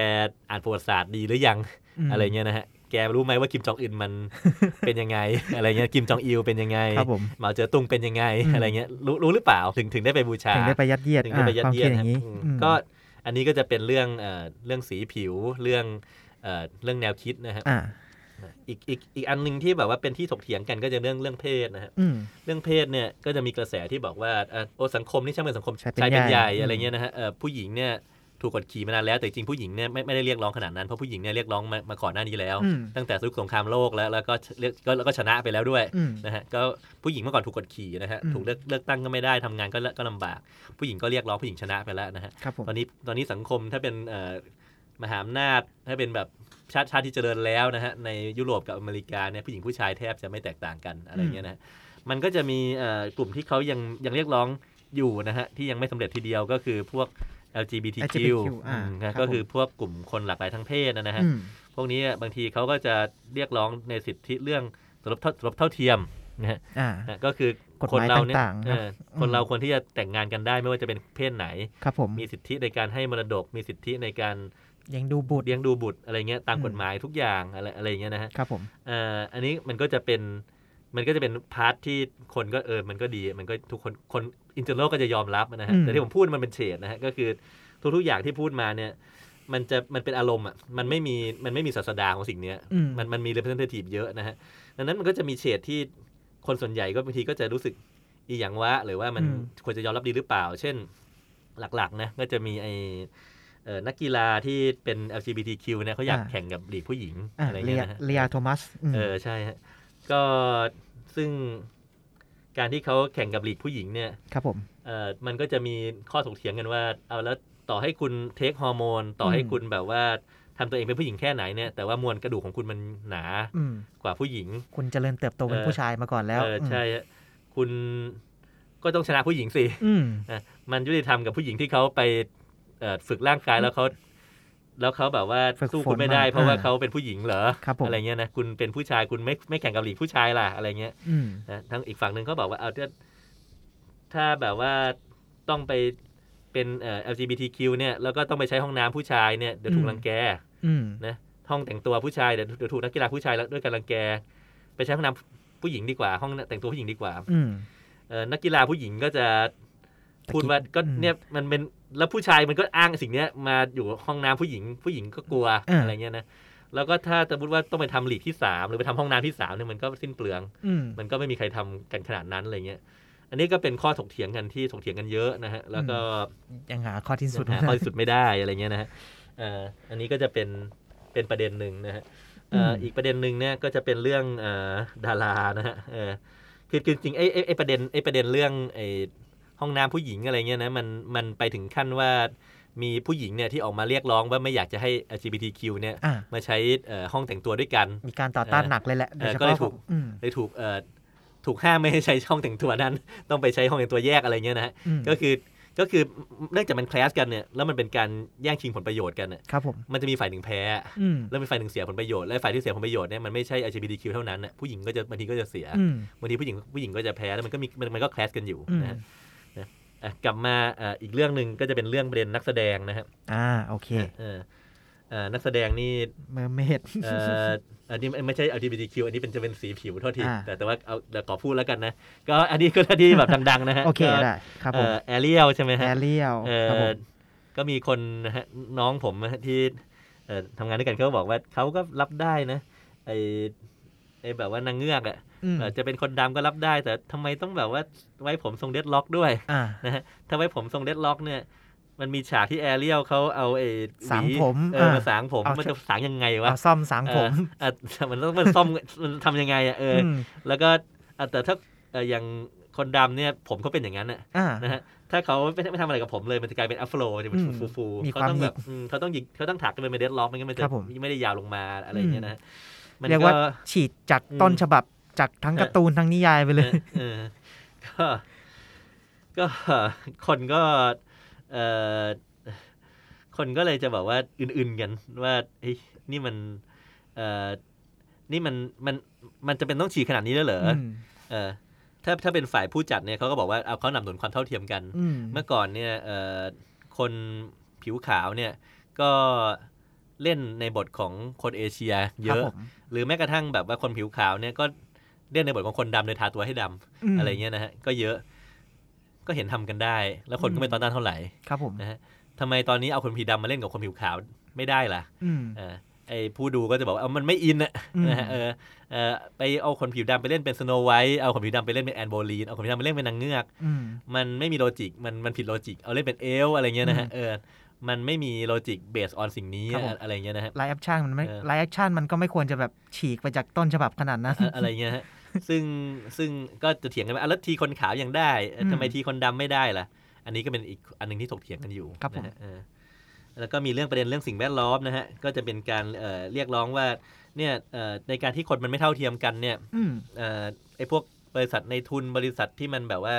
D: อ่านประวัติศาสตร์ดีหรือยัง
C: ม
D: อะไรเงี้ยนะฮะ แกรู้ไหมว่าคิมจองอึนมัน เป็นยังไง อะไรเงี้ย คิมจองอิลเป็นยังไง
C: ครับผม
D: เหมาเจ๋อตุงเป็นยังไง
C: อืม
D: อะไรเงี้ย รู้รู้หรือเปล่า ถึงถึงได้ไปบูชา
C: ถึงได้ไปยัดเยียด
D: ถึง
C: อ่า
D: จะไปยัด
C: ความ
D: เยีย
C: คิ
D: ด
C: ดอย่างนี้
D: ฮะ
C: อืม
D: ก็อันนี้ก็จะเป็นเรื่องเอ่อเรื่องสีผิวเรื่องเอ่อเรื่องแนวคิดนะฮะ
C: อ่า
D: อีกอีกอีกอันหนึ่งที่แบบว่าเป็นที่ถกเถียงกันก็จะเรื่องเรื่องเพศนะฮะ
C: อืม
D: เรื่องเพศเนี่ยก็จะมีกระแสที่บอกว่าเอ่อโอสังคมนี่ช่างเป็นสังคม
C: ชายเป็น
D: ยเป็น
C: ให
D: ให
C: ญ่
D: ญ่อะไร
C: อืม
D: เงี้ยนะฮะเอ่อผู้หญิงเนี่ยถูกกดขี่มานานแล้วแต่จริงผู้หญิงเนี่ยไม่ไม่ได้เรียกร้องขนาดนั้นเพราะผู้หญิงเนี่ยเรียกร้องมามาก่อนหน้านี้แล้ว
C: อืม
D: ตั้งแต่ยุคสงครามโลกแล้วแล้วก็เลือกก็แล้วก็ชนะไปแล้วด้วย
C: อืม
D: นะฮะก็ผู้หญิงเมื่อก่อนถูกกดขี่นะฮะ
C: อืม
D: ถูกเลือกเลือกตั้งก็ไม่ได้ทำงานก็ลก็ลำบาก ผู้หญิงก็เรียกร้องผู้หญิงชนะไปแล้วนะฮะ
C: ครับผม
D: ตอนนี้ตอนนี้สังคมถ้าเป็นเอ่อมหาอำนาจถ้าเป็นแบบชาติชาติที่เจริญแล้วนะฮะในยุโรปกับอเมริกาเนี่ยผู้หญิงผู้ชายแทบจะไม่แตกต่างกันอะไรเงี้ยนะฮะมันก็จะมีเอ่อกลุ่มที่เขายังยังเรียกร้องอยู่นะฮะที่ยังไม่สำเร็จทีเดียวก็คือพวก LGBTQ
C: อ่า
D: อืมนะครับ ก็คือ
C: ผม
D: พวกกลุ่มคนหลากหลายทางเพศนะฮะ
C: อืม
D: พวกนี้บางทีเขาก็จะเรียกร้องในสิทธิเรื่องสมรสเท่าสมรสเท่าเทียมนะฮะ
C: อ่า
D: นะก็คือก
C: ฎห
D: คน
C: มาย
D: เราเนี่ย
C: ต่างๆ
D: เออ
C: นะ
D: คนเรา
C: อืม
D: ควรที่จะแต่งงานกันได้ไม่ว่าจะเป็นเพศไหน
C: ครับผม
D: มีสิทธิในการให้มรดก มีสิทธิในการ
C: ยังดูบุตร
D: เลี้ยงดูบุตรอะไรเงี้ยตาม
C: อืม
D: กฎหมายทุกอย่างอะไรอะไรเงี้ยนะฮะ
C: ครับผม
D: เอ่ออันนี้มันก็จะเป็นมันก็จะเป็นพาร์ทที่คนก็เออมันก็ดีมันก็ทุกคนคนอินเตอร์โลก็จะยอมรับนะฮะ
C: อืม
D: แต่ที่ผมพูดมันเป็นเฉดนะฮะก็คือทุกๆอย่างที่พูดมาเนี่ยมันจะมันเป็นอารมณ์อ่ะมันไม่มีมันไม่มีศาสดาของสิ่งเนี้ย
C: อืม
D: มันมันมี representative เยอะนะฮะ ดังนั้นมันก็จะมีเฉดที่คนส่วนใหญ่ก็บางทีก็จะรู้สึกอีหยังวะหรือว่ามัน
C: อืม
D: ควรจะยอมรับดีหรือเปล่า เช่นหลักๆนะก็จะมีไอเอ่อนักกีฬาที่เป็น LGBTQ เนี่ยเขาอยากแข่งกับหลีกผู้หญิง
C: อ่า
D: อะไร
C: เลี
D: เงี้
C: ย
D: ยนะฮะ
C: เลียโทมัสม
D: เออใช่ฮะก็ซึ่งการที่เขาแข่งกับหลีกผู้หญิงเนี่ย
C: ครับผม
D: เอ่อมันก็จะมีข้อถกเถียงกันว่า เอาแล้วต่อให้คุณเทคฮอร์โมนต่อให้
C: อืม
D: คุณแบบว่าทำตัวเองเป็นผู้หญิงแค่ไหนเนี่ยแต่ว่ามวลกระดูกของคุณมันหนา
C: อืม
D: กว่าผู้หญิง
C: คุณเจริญเติบโตเป็น
D: เออ
C: ผู้ชายมาก่อนแล้ว
D: เออใช่ฮะคุณก็ต้องชนะผู้หญิงสิ
C: อืม
D: นะมันยุติธรรมกับผู้หญิงที่เขาไปเอ่อฝึกร่างกายแล้วเขาแล้วเขาแบบว่า
C: ฝึก
D: สู้
C: ฝ
D: คุ
C: น
D: ณไม่ได้
C: มา
D: เพราะว่า
C: อ่า
D: เขาเป็นผู้หญิงเหรอ
C: ครับผม
D: อะไรเงี้ยนะคุณเป็นผู้ชายคุณไม่ไม่แข่งกับหลีกผู้ชายล่ะอะไรเงี้ย
C: อืม
D: นะทั้งอีกฝั่งหนึ่งเขาบอกว่าเอาถ้าถ้าแบบว่าต้องไปเป็นเอ่อ LGBTQ เนี่ยแล้วก็ต้องไปใช้ห้องน้ำผู้ชายเนี่ยเดี๋ยวถู
C: อื
D: ก
C: ม
D: รังแก
C: อืม
D: นะห้องแต่งตัวผู้ชายเดี๋ยวเดี๋ยวถูกนักกีฬาผู้ชายแล้วด้วยการรังแก ไปใช้ห้องน้ำผู้หญิงดีกว่า ห้องแต่งตัวผู้หญิงดีกว่า
C: อืม
D: เออนักกีฬาผู้หญิงก็จะพูดว่า
C: ตะกี้
D: ก็
C: อืม
D: เนี่ยมันเป็นแล้วผู้ชายมันก็อ้างสิ่งเนี้ยมาอยู่ห้องน้ำผู้หญิง ผู้หญิงก็กลัว
C: อ่า
D: อะไรเงี้ยนะแล้วก็ถ้าสมมติว่าต้องไปทำหลีกที่สามหรือไปทำห้องน้ำที่สามเนี่ยมันก็สิ้นเปลือง
C: อืม
D: มันก็ไม่มีใครทำกันขนาดนั้นอะไรเงี้ยอันนี้ก็เป็นข้อถกเถียงกันที่ถกเถียงกันเยอะนะฮะแล้วก็
C: ยังหาข้อที่สุด
D: หาข้อที่สุดไม่ได้อะไรเงี้ยนะฮะเอ่ออันนี้ก็จะเป็นเป็นประเด็นหนึ่งนะฮะเอ่ออีกประเด็นหนึ่งเนี่ยก็จะเป็นเรื่องเอ่อดารานะฮะเออคือคือจริงๆไอ้ไอ้ไอ้ประเด็นไอ้ประเด็นเรื่องไอ้ห้องน้ำผู้หญิงอะไรเงี้ยนะมันมันไปถึงขั้นว่ามีผู้หญิงเนี่ยที่ออกมาเรียกร้องว่าไม่อยากจะให้ LGBTQ เนี่ย
C: อ่า
D: มาใช้เอ่อห้องแต่งตัวด้วยกัน
C: มีการต่อต้าน
D: เออ
C: หนักเลยแหละโดยเฉ
D: ก็เลย
C: พาะ
D: ถูก
C: อืม
D: เลยถูก เอ่อถูกห้ามไม่ให้ใช้ห้องแต่งตัวนั้น ต้องไปใช้ห้องแต่งตัวแยกอะไรเงี้ยนะฮะ
C: อืม
D: ก็คือ ก็คือเนื่องจากมันคลาสกันเนี่ยแล้วมันเป็นการแย่งชิงผลประโยชน์กันเนี่ย
C: ครับผม
D: มันจะมีฝ่ายหนึ่งแพ้
C: อืม
D: แล้วมีฝ่ายหนึ่งเสียผลประโยชน์และฝ่ายที่เสียผลประโยชน์เนี่ยมันไม่ใช่ LGBTQ เท่านั้นนะผู้หญิงก็จะบางทีก็จะเสีย
C: อืม
D: บางทีผู้หญิงผู้หญิงก็จะแพ้แล้วมันก็มีมันมันก็คลาสกันอยู่
C: อืม
D: นะฮะอ่ะกลับมาอ่ะอีกเรื่องหนึ่งก็จะเป็นเรื่องประเด็นนักแสดงนะครับ
C: อ่าโอเค
D: เออเอ่อนักแสดงนี่
C: เมอร์เมด
D: เอ่ออันนี้ไม่ใช่ LGBTQ อันนี้เป็นจะเป็นสีผิวเท่าที
C: อ่า
D: แต่แต่ว่าเอาเดี๋ยวขอพูดแล้วกันนะ ก็อันนี้ก็ที่แบบดัง ๆ นะฮะ
C: โอเค
D: ก็
C: ได้ครับผ
D: เอ่
C: ม
D: อแอเรียลใช่ไหม
C: แอ
D: ฮะ
C: เรียล
D: เอ่
C: ครับผ
D: อ
C: ม
D: ก็มีคนนะฮะน้องผมนะฮะที่เอ่อทำงานด้วยกันเขาก็บอกว่าเขาก็รับได้นะไอไอแบบว่านางเงือกอ่ะ
C: อืม
D: เอ่อจะเป็นคนดำก็รับได้ แต่ทำไมต้องแบบว่าไว้ผมทรงเดดล็อกด้วย
C: อ่า
D: ถ้าไว้ผมทรงเดดล็อกเนี่ย มันมีฉากที่แอเรียลเขาเอาไอหวี
C: สางผม
D: เออมาสางผม
C: เอา
D: มันจะสางยังไงวะ
C: เอาซ่อมสางผม
D: เอ่ออ่ะ มันต้องมันซ่อม มันทำยังไงอ่ะเอออ
C: ม
D: แล้วก็อ่ะแต่ถ้าเอ่ออย่างคนดำเนี่ยผมเขาเป็นอย่างนั้นน่ะ
C: อ่า
D: นะฮะถ้าเขาไม่ไม่ทำอะไรกับผมเลยมันจะกลายเป็นอัฟโฟมันจะเป็น
C: อืม
D: ฟูฟูๆ
C: มี
D: เขา
C: ความ
D: ต้องแบบอืมเขาต้องหยิกเขาต้องถักกันเป็นเดดล็อกไม่งั้นมันจะ
C: ครับผม
D: ไม่ได้ยาวลงมาอะไรอย่างเงี้ยนะฮะมัน
C: เรียก
D: ก็
C: ว่า ฉีดจากต้น
D: อืม
C: ฉบับจากทั้ง
D: เออ
C: การ์ตูนทั้งนิยายไปเลย
D: เออเออก็ก็คนก็เออคนก็เลยจะบอกว่าอื่นๆกันว่าเฮ้ยนี่มันเออนี่มันมันมันจะเป็นต้องฉีกขนาดนี้ด้วยเหรออ
C: ม
D: เออถ้าถ้าเป็นฝ่ายผู้จัดเนี่ยเขาก็บอกว่าเอาเขาหนำหนุนความเท่าเทียมกัน
C: อืม
D: เมื่อก่อนเนี่ยเอ่อคนผิวขาวเนี่ยก็เล่นในบทของคนเอเชีย เย
C: ครับ
D: อะ
C: ผม
D: หรือแม้กระทั่งแบบว่าคนผิวขาวเนี่ยก็เล่นในบทของคนดำเลยทาตัวให้ดำ
C: ม
D: อะไรเงี้ยนะฮะก็เยอะก็เห็นทำกันได้ แล้วคน
C: อื
D: ก็
C: ม
D: ไม่ตอนนั้นเท่าไหร่
C: ครับผม
D: นะฮะทำไมตอนนี้เอาคนผิวดำมาเล่นกับคนผิวขาวไม่ได้ล่ะ
C: อืม
D: เออไอผู้ดูก็จะบอกว่าเอามันไม่อินอะ
C: อืม
D: นะฮะเออเออไปเอาคนผิวดำไปเล่นเป็นสโนไวท์เอาคนผิวดำไปเล่นเป็นแอนโบลีนเอาคนผิวดำไปเล่นเป็นนางเงือก
C: อืม
D: มันไม่มีโลจิกมันมันผิดโลจิกเอาเล่นเป็นเอลฟ์อะไรเงี้ยนะฮะเออมันไม่มีโลจิกเบสออนสิ่งนี้
C: ครับผม
D: อะไรเงี้ยนะฮะ
C: ไลฟ์แอคชั่นมันไม่
D: เออ
C: ไลฟ์แอคชั่นมันก็ไม่ควรจะแบบฉีกไปจากต้นฉบับขนาดนั้น
D: อะอะไรเงี้ยฮะ ซึ่งซึ่งก็จะเถียงกันว่าอ่ะแล้วทีคนขาวยังได้เอ่อ
C: อืม
D: ทำไมทีคนดำไม่ได้ล่ะ อันนี้ก็เป็นอีกอันหนึงที่ถกเถียงกันอยู่
C: ครับผม
D: นะฮะเออแล้วก็มีเรื่องประเด็นเรื่องสิ่งแวดล้อมนะฮะ ก็จะเป็นการเอ่อเรียกร้องว่าเนี่ยเอ่อในการที่คนมันไม่เท่าเทียมกันเนี่ย
C: อืม
D: เอ่อไอ้พวกบริษัทในทุนบริษัทที่มันแบบว่า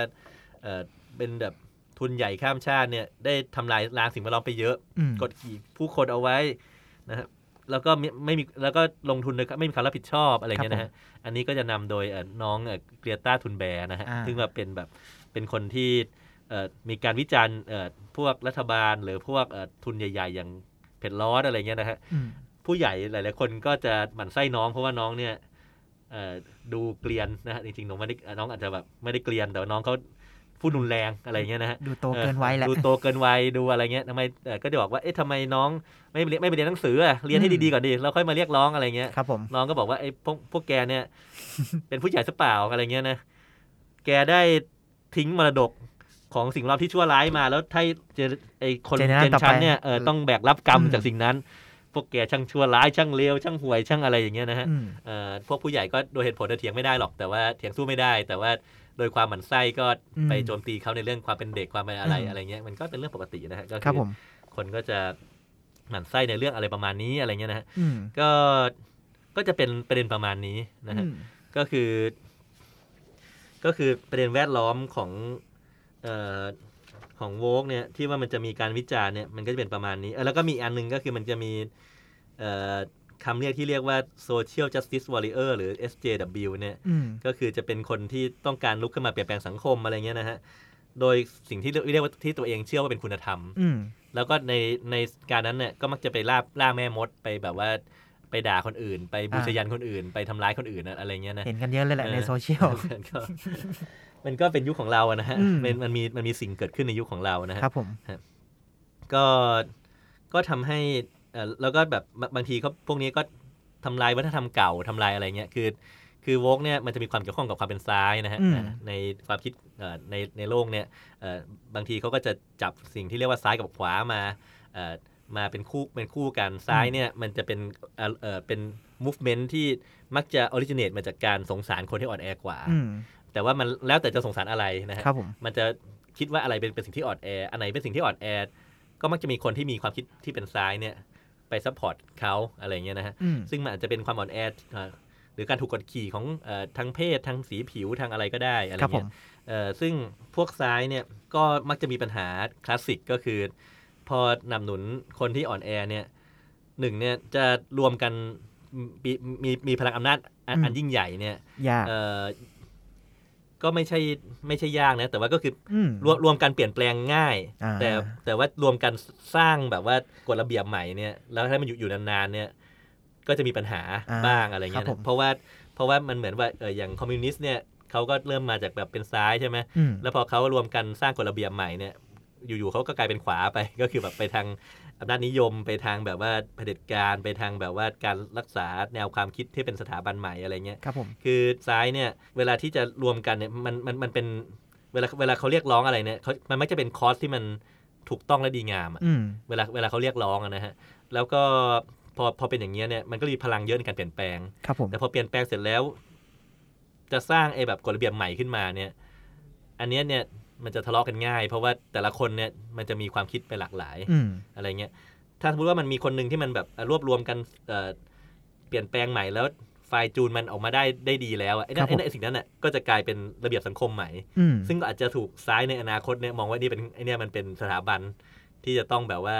D: เอ่อเป็นแบบทุนใหญ่ข้ามชาติเนี่ยได้ทำลายล้างสิ่งแวดล้อมไปเยอะ
C: อืม
D: กดขี่ผู้คนเอาไว้นะครับแล้วก็ไม่ไม่มีแล้วก็ลงทุนโดยไม่มีความรับผิดชอบอะไรเงี้ยนะฮะอันนี้ก็จะนำโดยเอ่อน้องเกรียตาทุนแบร์นะฮะ
C: อ่า
D: ซึ่งแบบเป็นแบบเป็นคนที่เอ่อมีการวิจารณ์เอ่อพวกรัฐบาล หรือพวกเอ่อทุนใหญ่ ๆ อย่างเผ็ดร้อนอะไรเงี้ยนะฮะ
C: อืม
D: ผู้ใหญ่หลาย ๆ คนก็จะหมั่นไส้น้องเพราะว่าน้องเนี่ยเอ่อดูเกลียนนะฮะจริงๆน้องไม่ได้น้องอาจจะแบบไม่ได้เกลียนแต่ว่าน้องเขาพูดรุนแรงอะไรเงี้ยนะฮะ
C: ดูโตเกินวัยแหละ
D: ดูโตเกินวัยดูอะไรเงี้ยทำไมเอ่อก็จะบอกว่าเอ๊ะทำไมน้องไม่เรียนไม่ไปเรียนหนังสืออะเรียนให้
C: อืม
D: ดีๆก่อนดีแล้วค่อยมาเรียกร้องอะไรเงี้ย
C: ครับผม
D: น้องก็บอกว่าไอ้พวกพวกแกเนี่ย เป็นผู้ใหญ่ซะเปล่าอะไรเงี้ยนะแกได้ทิ้งมรดกของสิ่งแวดล้อมที่ชั่วร้ายมา แล้วถ้าเจอไอ้คน
C: เจ
D: เจ
C: เนอเรชัน
D: น
C: ต่อไป
D: ชั้นเนี่ยเออต้องแบกรับกรรม
C: อืม
D: จากสิ่งนั้น พวกแกช่างชั่วร้ายช่างเลวช่างห่วยช่างอะไรอย่างเงี้ยนะฮะ
C: อืม
D: เอ่อพวกผู้ใหญ่ก็โดยเหตุผลเนี่ยเถียงไม่ได้หรอก แต่ว่าเถียงสู้ไม่ได้ แต่ว่าโดยความหมั่นไส้ก็
C: อืม
D: ไปโจมตีเขาในเรื่องความเป็นเด็กความเป็นอะไร
C: อืม
D: อะไรเงี้ยมันก็เป็นเรื่องปกตินะฮะก็
C: ครับผม
D: คนก็จะหมั่นไส้ในเรื่องอะไรประมาณนี้อะไรเงี้ยนะฮะ
C: อืม
D: ก็ก็จะเป็นประเด็นประมาณนี้นะฮะ
C: อืม
D: ก็คือ ก็คือประเด็นแวดล้อมของเอ่อของโวกเนี่ยที่ว่ามันจะมีการวิจารณ์เนี่ยมันก็จะเป็นประมาณนี้เอ่อแล้วก็มีอันหนึงก็คือมันจะมีเอ่อคำเรียกที่เรียกว่า social justice warrior หรือ SJW เนี่ย
C: อืม
D: ก็คือจะเป็นคนที่ต้องการลุกขึ้นมาเปลี่ยนแปลงสังคมอะไรเงี้ยนะฮะโดยสิ่งที่เรียกว่าที่ตัวเองเชื่อว่าเป็นคุณธรรม
C: อืม
D: แล้วก็ในในการนั้นเนี่ยก็มักจะไปล่าล่าแม่มดไปแบบว่าไปด่าคนอื่น ไปบูชยันคนอื่น ไปทำร้ายคนอื่นอะไรเงี้ยนะ
C: เห็นกันเยอะเลยแหละในโซเชียล
D: มันก็มันก็เป็นยุคของเราอะนะฮะ
C: อืม
D: มันมันมีมันมีสิ่งเกิดขึ้นในยุคของเรานะฮะ
C: ครับผม
D: ก็ก็ทำให้เอ่อแล้วก็แบบบางบางทีเขาพวกนี้ก็ทำลายวัฒนธรรมเก่าทำลายอะไรเงี้ยคือ คือวกเนี่ยมันจะมีความเกี่ยวข้องกับความเป็นซ้ายนะฮะ
C: อืม
D: ในความคิดเอ่อในในโลกเนี่ยเอ่อบางทีเขาก็จะจับสิ่งที่เรียกว่าซ้ายกับขวามาเอ่อมาเป็นคู่เป็นคู่กันซ้ายเนี่ยมันจะเป็นเอ่อเอ่อเป็น movement ที่มักจะ originate มาจากการสงสารคนที่อ่อนแอกว่า
C: อืม
D: แต่ว่ามันแล้วแต่จะสงสารอะไรนะฮะ
C: ครับผม
D: มันจะคิดว่าอะไรเป็นเป็นสิ่งที่อ่อนแอ อันไหนเป็นสิ่งที่อ่อนแอ ก็มักจะมีคนที่มีความคิดที่เป็นซ้ายเนี่ยไปซัพพอร์ตเขาอะไรเงี้ยนะฮะ
C: อืม
D: ซึ่งมันอาจจะเป็นความอ่อนแอเอ่อหรือการถูกกดขี่ของเออทางเพศทางสีผิวทางอะไรก็ได้อะไร
C: ครับผม
D: เงี้ย เอ่อซึ่งพวกซ้ายเนี่ยก็มักจะมีปัญหาคลาสสิกก็คือ พอนำหนุนคนที่อ่อนแอเนี่ยหนึ่งเนี่ยจะรวมกันมีมีมีพลังอำนาจอัน
C: อืม
D: อันยิ่งใหญ่เนี่ย
C: ยาก
D: เอ่อก็ไม่ใช่ไม่ใช่ยากนะแต่ว่าก็คือ
C: ม
D: รวมรวมกันเปลี่ยนแปลงง่าย
C: อ่า
D: แต่แต่ว่ารวมกันสร้างแบบว่ากฎระเบียบใหม่เนี่ยแล้วให้มันอยู่อยู่นานๆเนี่ยก็จะมีปัญหา
C: อ่า
D: บ้างอะไร
C: ครั
D: เงี้ย
C: บผม
D: นะเพราะว่าเพราะว่ามันเหมือนว่าเอออย่างคอมมิวนิสต์เนี่ยเขาก็เริ่มมาจากแบบเป็นซ้ายใช่ไหม
C: อืม
D: แล้วพอเขารวมกันสร้างกฎระเบียบใหม่เนี่ยอยู่ๆเขาก็กลายเป็นขวาไป ก็คือแบบไปทางอำนาจนิยมไปทางแบบว่าเผด็จการไปทางแบบว่าการรักษาแนวความคิดที่เป็นสถาบันใหม่อะไรเงี้ย
C: ครับผม
D: คือซ้ายเนี่ยเวลาที่จะรวมกันเนี่ยมันมันมันเป็นเวลาเวลาเขาเรียกร้องอะไรเนี่ยเขามันมักจะเป็นคอสที่มันถูกต้องและดีงามอะ
C: อืม
D: เวลาเวลาเขาเรียกร้องอะนะฮะแล้วก็พอพอเป็นอย่างเงี้ยเนี่ยมันก็มีพลังเยอะในการเปลี่ยนแปลง
C: ครับผม
D: แต่พอเปลี่ยนแปลงเสร็จแล้ว จะสร้างไอ้แบบกฎระเบียบใหม่ขึ้นมาเนี่ย อันเนี้ยเนี่ยมันจะทะเลาะกันง่าย เพราะว่าแต่ละคนเนี่ยมันจะมีความคิดไปหลากหลาย
C: อืม
D: อะไรเงี้ยถ้าสมมติว่ามันมีคนหนึ่งที่มันแบบเอ่อรวบรวมกันเอ่อเปลี่ยนแปลงใหม่แล้วไฟล์จูนมันออกมาได้ได้ดีแล้วอะไอ้นั่
C: ครั
D: น
C: บผม
D: ไอ้นั่นไอ้สิ่งนั้นน่ะก็จะกลายเป็นระเบียบสังคมใหม่
C: อืม
D: ซึ่งก็อาจจะถูกซ้ายในอนาคตเนี่ยมองว่านี่เป็นไอเนี่ยมันเป็นสถาบันที่จะต้องแบบว่า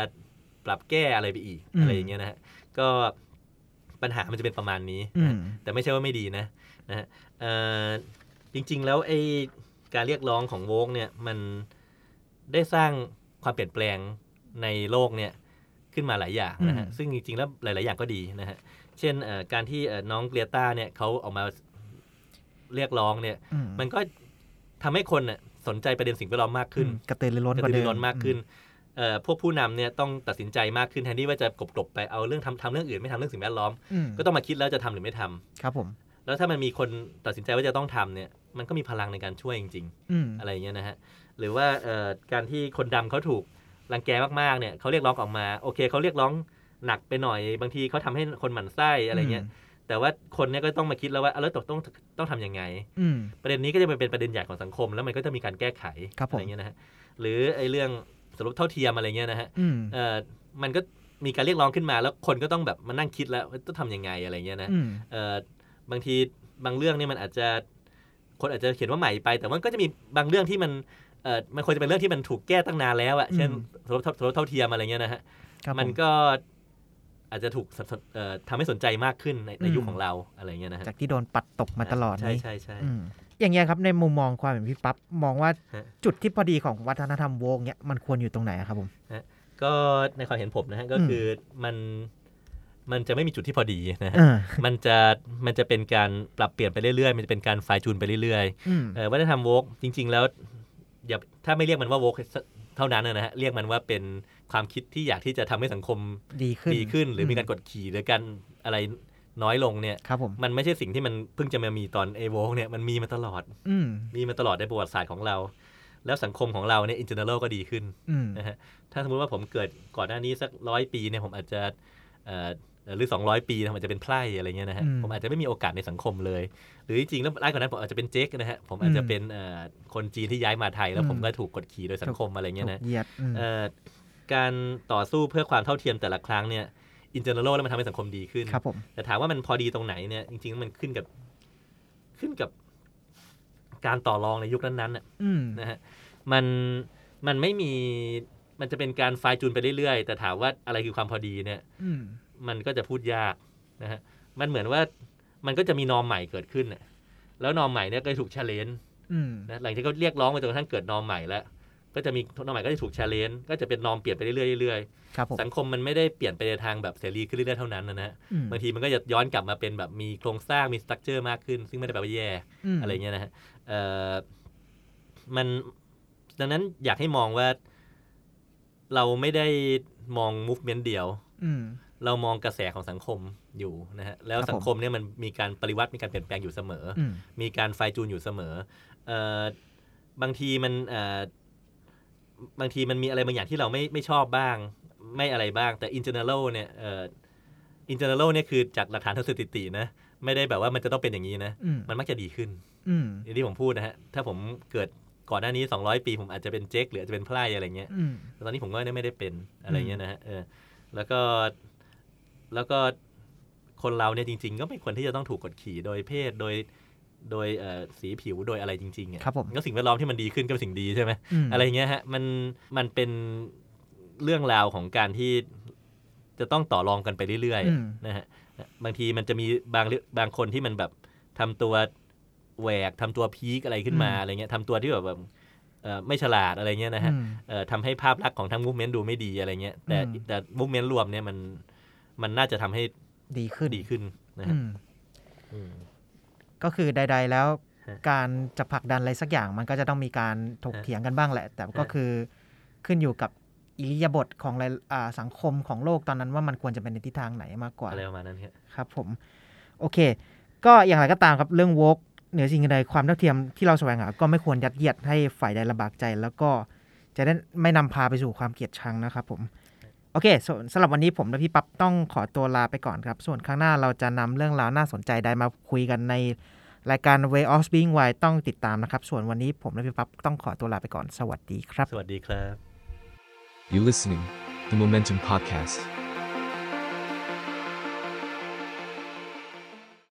D: ปรับแก้อะไรไปอีกอะไรอย่างเงี้ยนะฮะก็ปัญหามันจะเป็นประมาณนี้
C: อื
D: นะฮะ
C: ม
D: แต่ไม่ใช่ว่าไม่ดีนะนะฮะเอ่อจริงๆแล้วไอ้การเรียกร้องของโวกเนี่ยมันได้สร้างความเปลี่ยนแปลงในโลกเนี่ยขึ้นมาหลายอย่างนะฮะ
C: อืม
D: ซึ่งจริงๆแล้วหลายๆอย่างก็ดีนะฮะเช่นเอ่อการที่เอ่อน้องเกรียต้าเนี่ยเขาออกมาเรียกร้องเนี่ย
C: อืม
D: มันก็ทำให้คนน่ะสนใจประเด็นสิ่งแวดล้อมมากขึ้น
C: อืมกระตือรือร้น
D: ก
C: กว่า
D: ระ
C: เดิ
D: ตื
C: ม
D: อรือร้นมากขึ้นเอ่อพวกผู้นำเนี่ยต้องตัดสินใจมากขึ้นแทนที่ว่าจะกลบๆไปเอาเรื่องทำทำเรื่องอื่นไม่ทำเรื่องสิ่งแวดล้อม
C: อืม
D: ก็ต้องมาคิดแล้วจะทำหรือไม่ทำ
C: ครับผม
D: แล้วถ้ามันมีคนตัดสินใจว่าจะต้องทำเนี่ย มันก็มีพลังในการช่วยจริง
C: อืม
D: ๆ อะไรอย่างเงี้ยนะฮะ หรือว่าเอ่อการที่คนดำเขาถูกรังแกมากๆ เนี่ยเขาเรียกร้องออกมา โอเคเขาเรียกร้องหนักไปหน่อย บางทีเขาทำให้คนหมั่นไส้อะไรเงี้ย แต่ว่าคนเนี่ยก็ต้องมาคิดแล้วว่าเอาแล้วตกต้องต้องทำยังไง
C: อืม
D: ประเด็นนี้ก็จะเป็นประเด็นใหญ่ของสังคม แล้วมันก็จะมีการแก้ไข
C: ครับผม
D: อะไรเงี้ยนะฮะ หรือไอ้เรื่องสมรสเท่าเทียมอะไรเงี้ยนะฮะ
C: อืม
D: เอ่อ มันก็มีการเรียกร้องขึ้นมา แล้วคนก็ต้องแบบมานั่งคิดแล้วว่าต้องทำยังไงอะไรเงี้ยนะ
C: อืม
D: เอ่อบางทีบางเรื่องเนี่ยมันอาจจะคนอาจจะเขียนว่าใหม่ไป แต่ว่าก็จะมีบางเรื่องที่มันเออมันควรจะเป็นเรื่องที่มันถูกแก้ตั้งนานแล้วอะเช่น
C: อืม
D: สมรสเท่าสมรสเท่าเทียมอะไรเงี้ยนะฮะ
C: ครับ
D: มัน
C: น
D: ก็อาจจะถูกสนเอ่อทำให้สนใจมากขึ้นในใน
C: อืม
D: ยุคของเราอะไรเงี้ยนะฮะ
C: จากที่โดนปัดตกมาตลอด
D: ใช่
C: นี้
D: ใช่ใช่
C: อืมอย่างเงี้ยครับในมุมมองความเห็นพี่ปั๊บมองว่า
D: ฮะ
C: จุดที่พอดีของวัฒนธรรมวงเนี้ยมันควรอยู่ตรงไหนอะครับผม
D: ก็ในความเห็นผมนะฮะก็
C: อืม
D: คือมันมันจะไม่มีจุดที่พอดีนะฮะ
C: เออ
D: มันจะมันจะเป็นการปรับเปลี่ยนไปเรื่อยๆ มันจะเป็นการฝ่ายจูนไปเรื่อยๆ
C: อืม
D: เอ่อวัฒนธรรมโวกจริง ๆ แล้วอย่าถ้าไม่เรียกมันว่าโวกเท่านั้นนะฮะเรียกมันว่าเป็นความคิดที่อยากที่จะทำให้สังคม
C: ดีขึ้น
D: ดีขึ้น หรือมีการกดขี่หรือการอะไรน้อยลงเนี่ย
C: ครับผม
D: มันไม่ใช่สิ่งที่มันเพิ่งจะมามีตอนเอโวกเนี่ยมันมีมาตลอด
C: อืม
D: มีมาตลอดในประวัติศาสตร์ของเรา แล้วสังคมของเราเนี่ยอินเจเนอรก็ดีขึ้น
C: อืม
D: นะฮะถ้าสมมุติว่าผมเกิดก่อนหน้านี้สักร้อยปีเนี่ยผมอาจจะเอ่อหรือ 200 ปีนะผมอาจจะเป็นไพร่อะไรเงี้ยนะฮะ
C: อืม
D: ผมอาจจะไม่มีโอกาสในสังคมเลย หรือจริงๆแล้วร้ายกว่านั้นผมอาจจะเป็นเจ๊กนะฮะผมอาจจะเป็นเอ่อคนจีนที่ย้ายมาไทย แล้ว
C: อืม
D: ผมก็ถูกกดขี่โดยสังคมอะไร
C: ถู
D: เงี้ย
C: ก
D: นะ
C: เหยียดอืม
D: เอ่อการต่อสู้เพื่อความเท่าเทียมแต่ละครั้งเนี่ยอินเจเนอรแล้วมันทำให้สังคมดีขึ้น
C: ครับผม
D: แต่ถามว่ามันพอดีตรงไหนเนี่ยจริงๆ มันขึ้นกับขึ้นกับการต่อรองในยุคนั้นๆน่ะ
C: อืม
D: นะฮะมันมันไม่มีมันจะเป็นการไฟล์จูนไปเรื่อยๆ แต่ถามว่าอะไรคือความพอดีเนี่ย
C: อืม
D: มันก็จะพูดยากนะฮะมันเหมือนว่ามันก็จะมีนอมใหม่เกิดขึ้นน่ะแล้วนอมใหม่เนี่ยก็จะถูกชาเลน
C: อืม
D: นะหลังจากเขาเรียกร้องมาจนกระทั่งเกิดนอมใหม่แล้วก็จะมีนอมใหม่ก็จะถูกชาเลนก็จะเป็นนอมเปลี่ยนไปเรื่อยๆเรื่อย
C: ครับผม
D: ๆสังคมมันไม่ได้เปลี่ยนไปในทางแบบเสรีขึ้นเรื่อยๆเท่านั้นนะฮะ
C: อืม
D: บางทีมันก็จะย้อนกลับมาเป็นแบบมีโครงสร้างมีสตั๊กเจอร์มากขึ้น ซึ่งไม่ได้แปลว่าแย่
C: ม
D: อะไรเงี้ยนะฮะเอ่อมัน ดังนั้นอยากให้มองว่า เราไม่ได้มอง movement เดียว
C: อืม
D: เรามองกระแสของสังคมอยู่นะฮะ แล้ว
C: ครับผม
D: สังคมเนี่ยมันมีการปริวัติ มีการเปลี่ยนแปลงอยู่เสมอ
C: อืม
D: มีการไฟจูนอยู่เสมอเอ่อบางทีมันเอ่อบางทีมันมีอะไรบางอย่างที่เราไม่ไม่ชอบบ้าง ไม่อะไรบ้าง แต่ in general เนี่ยเอ่อ in general เนี่ยคือจากหลักฐานทางสถิตินะ ไม่ได้แบบว่ามันจะต้องเป็นอย่างนี้นะ
C: อืม
D: มันมักจะดีขึ้น
C: อืม
D: อย่างที่ผมพูดนะฮะ ถ้าผมเกิดก่อนหน้านี้ 200 ปี ผมอาจจะเป็นเจ๊กหรืออาจจะเป็นไพร่อะไรเงี้ย
C: อืม
D: แต่ตอนนี้ผมก็ไม่ได้เป็นอะไรเงี้ยนะฮะเออแล้วก็แล้วก็คนเราเนี่ยจริง ๆ ก็ไม่ควรที่จะต้องถูกกดขี่โดยเพศโดย โดยเอ่อสีผิวโดยอะไรจริงๆอะ
C: ครับผม
D: ก็สิ่งแวดล้อมที่มันดีขึ้นก็เป็นสิ่งดีใช่ไหม
C: ม
D: อะไรเงี้ยฮะมันมันเป็นเรื่องราวของการที่จะต้องต่อรองกันไปเรื่อย
C: อืม
D: ๆนะฮะบางทีมันจะมีบางเรื่องบางคนที่มันแบบทำตัวแหวกทำตัวพีคอะไรขึ้นมาอะไรเงี้ยทำตัวที่แบบแบบเอ่อไม่ฉลาดอะไรเงี้ยนะฮะ
C: อืม
D: เอ่อทำให้ภาพลักษณ์ของทั้งมูฟเมนต์ดูไม่ดีอะไรเงี้ยแต่
C: อืม
D: แต่มูฟเมนต์รวมเนี่ยมันมันน่าจะทำให้
C: ดีขึ้น
D: ดีขึ้นนะ
C: อื
D: ฮะ
C: ม
D: อืม
C: ก็คือใด ๆ แล้ว
D: ฮะ
C: การจะผลักดันอะไรสักอย่างมันก็จะต้องมีการถก
D: ฮะ
C: เถียงกันบ้างแหละ แต่ก็
D: ฮะ
C: คือขึ้นอยู่กับอิริยาบถของหลายอ่าสังคมของโลกตอนนั้นว่ามันควรจะเป็นในทิศทางไหนมากกว่า
D: อะไรประมาณนั้นครับ
C: ครับผม โอเค ก็อย่างไรก็ตามครับเรื่องวกเหนือสิ่งอื่นใดความเท่าเทียมที่เราแสวงหาก็ไม่ควรยัดเยียดให้ฝ่ายใดลำบากใจ แล้วก็จะได้ไม่นำพาไปสู่ความเกลียดชังนะครับผม โอเคส่วนสำหรับวันนี้ผมและพี่ปั๊บต้องขอตัวลาไปก่อนครับ ส่วนครั้งหน้าเราจะนำเรื่องราวน่าสนใจใดมาคุยกันในรายการ Way of Being Wise ต้องติดตามนะครับ ส่วนวันนี้ผมและพี่ปั๊บต้องขอตัวลาไปก่อนสวัสดีครับ
D: สวัสดีครับ
A: You listening, the Momentum Podcast.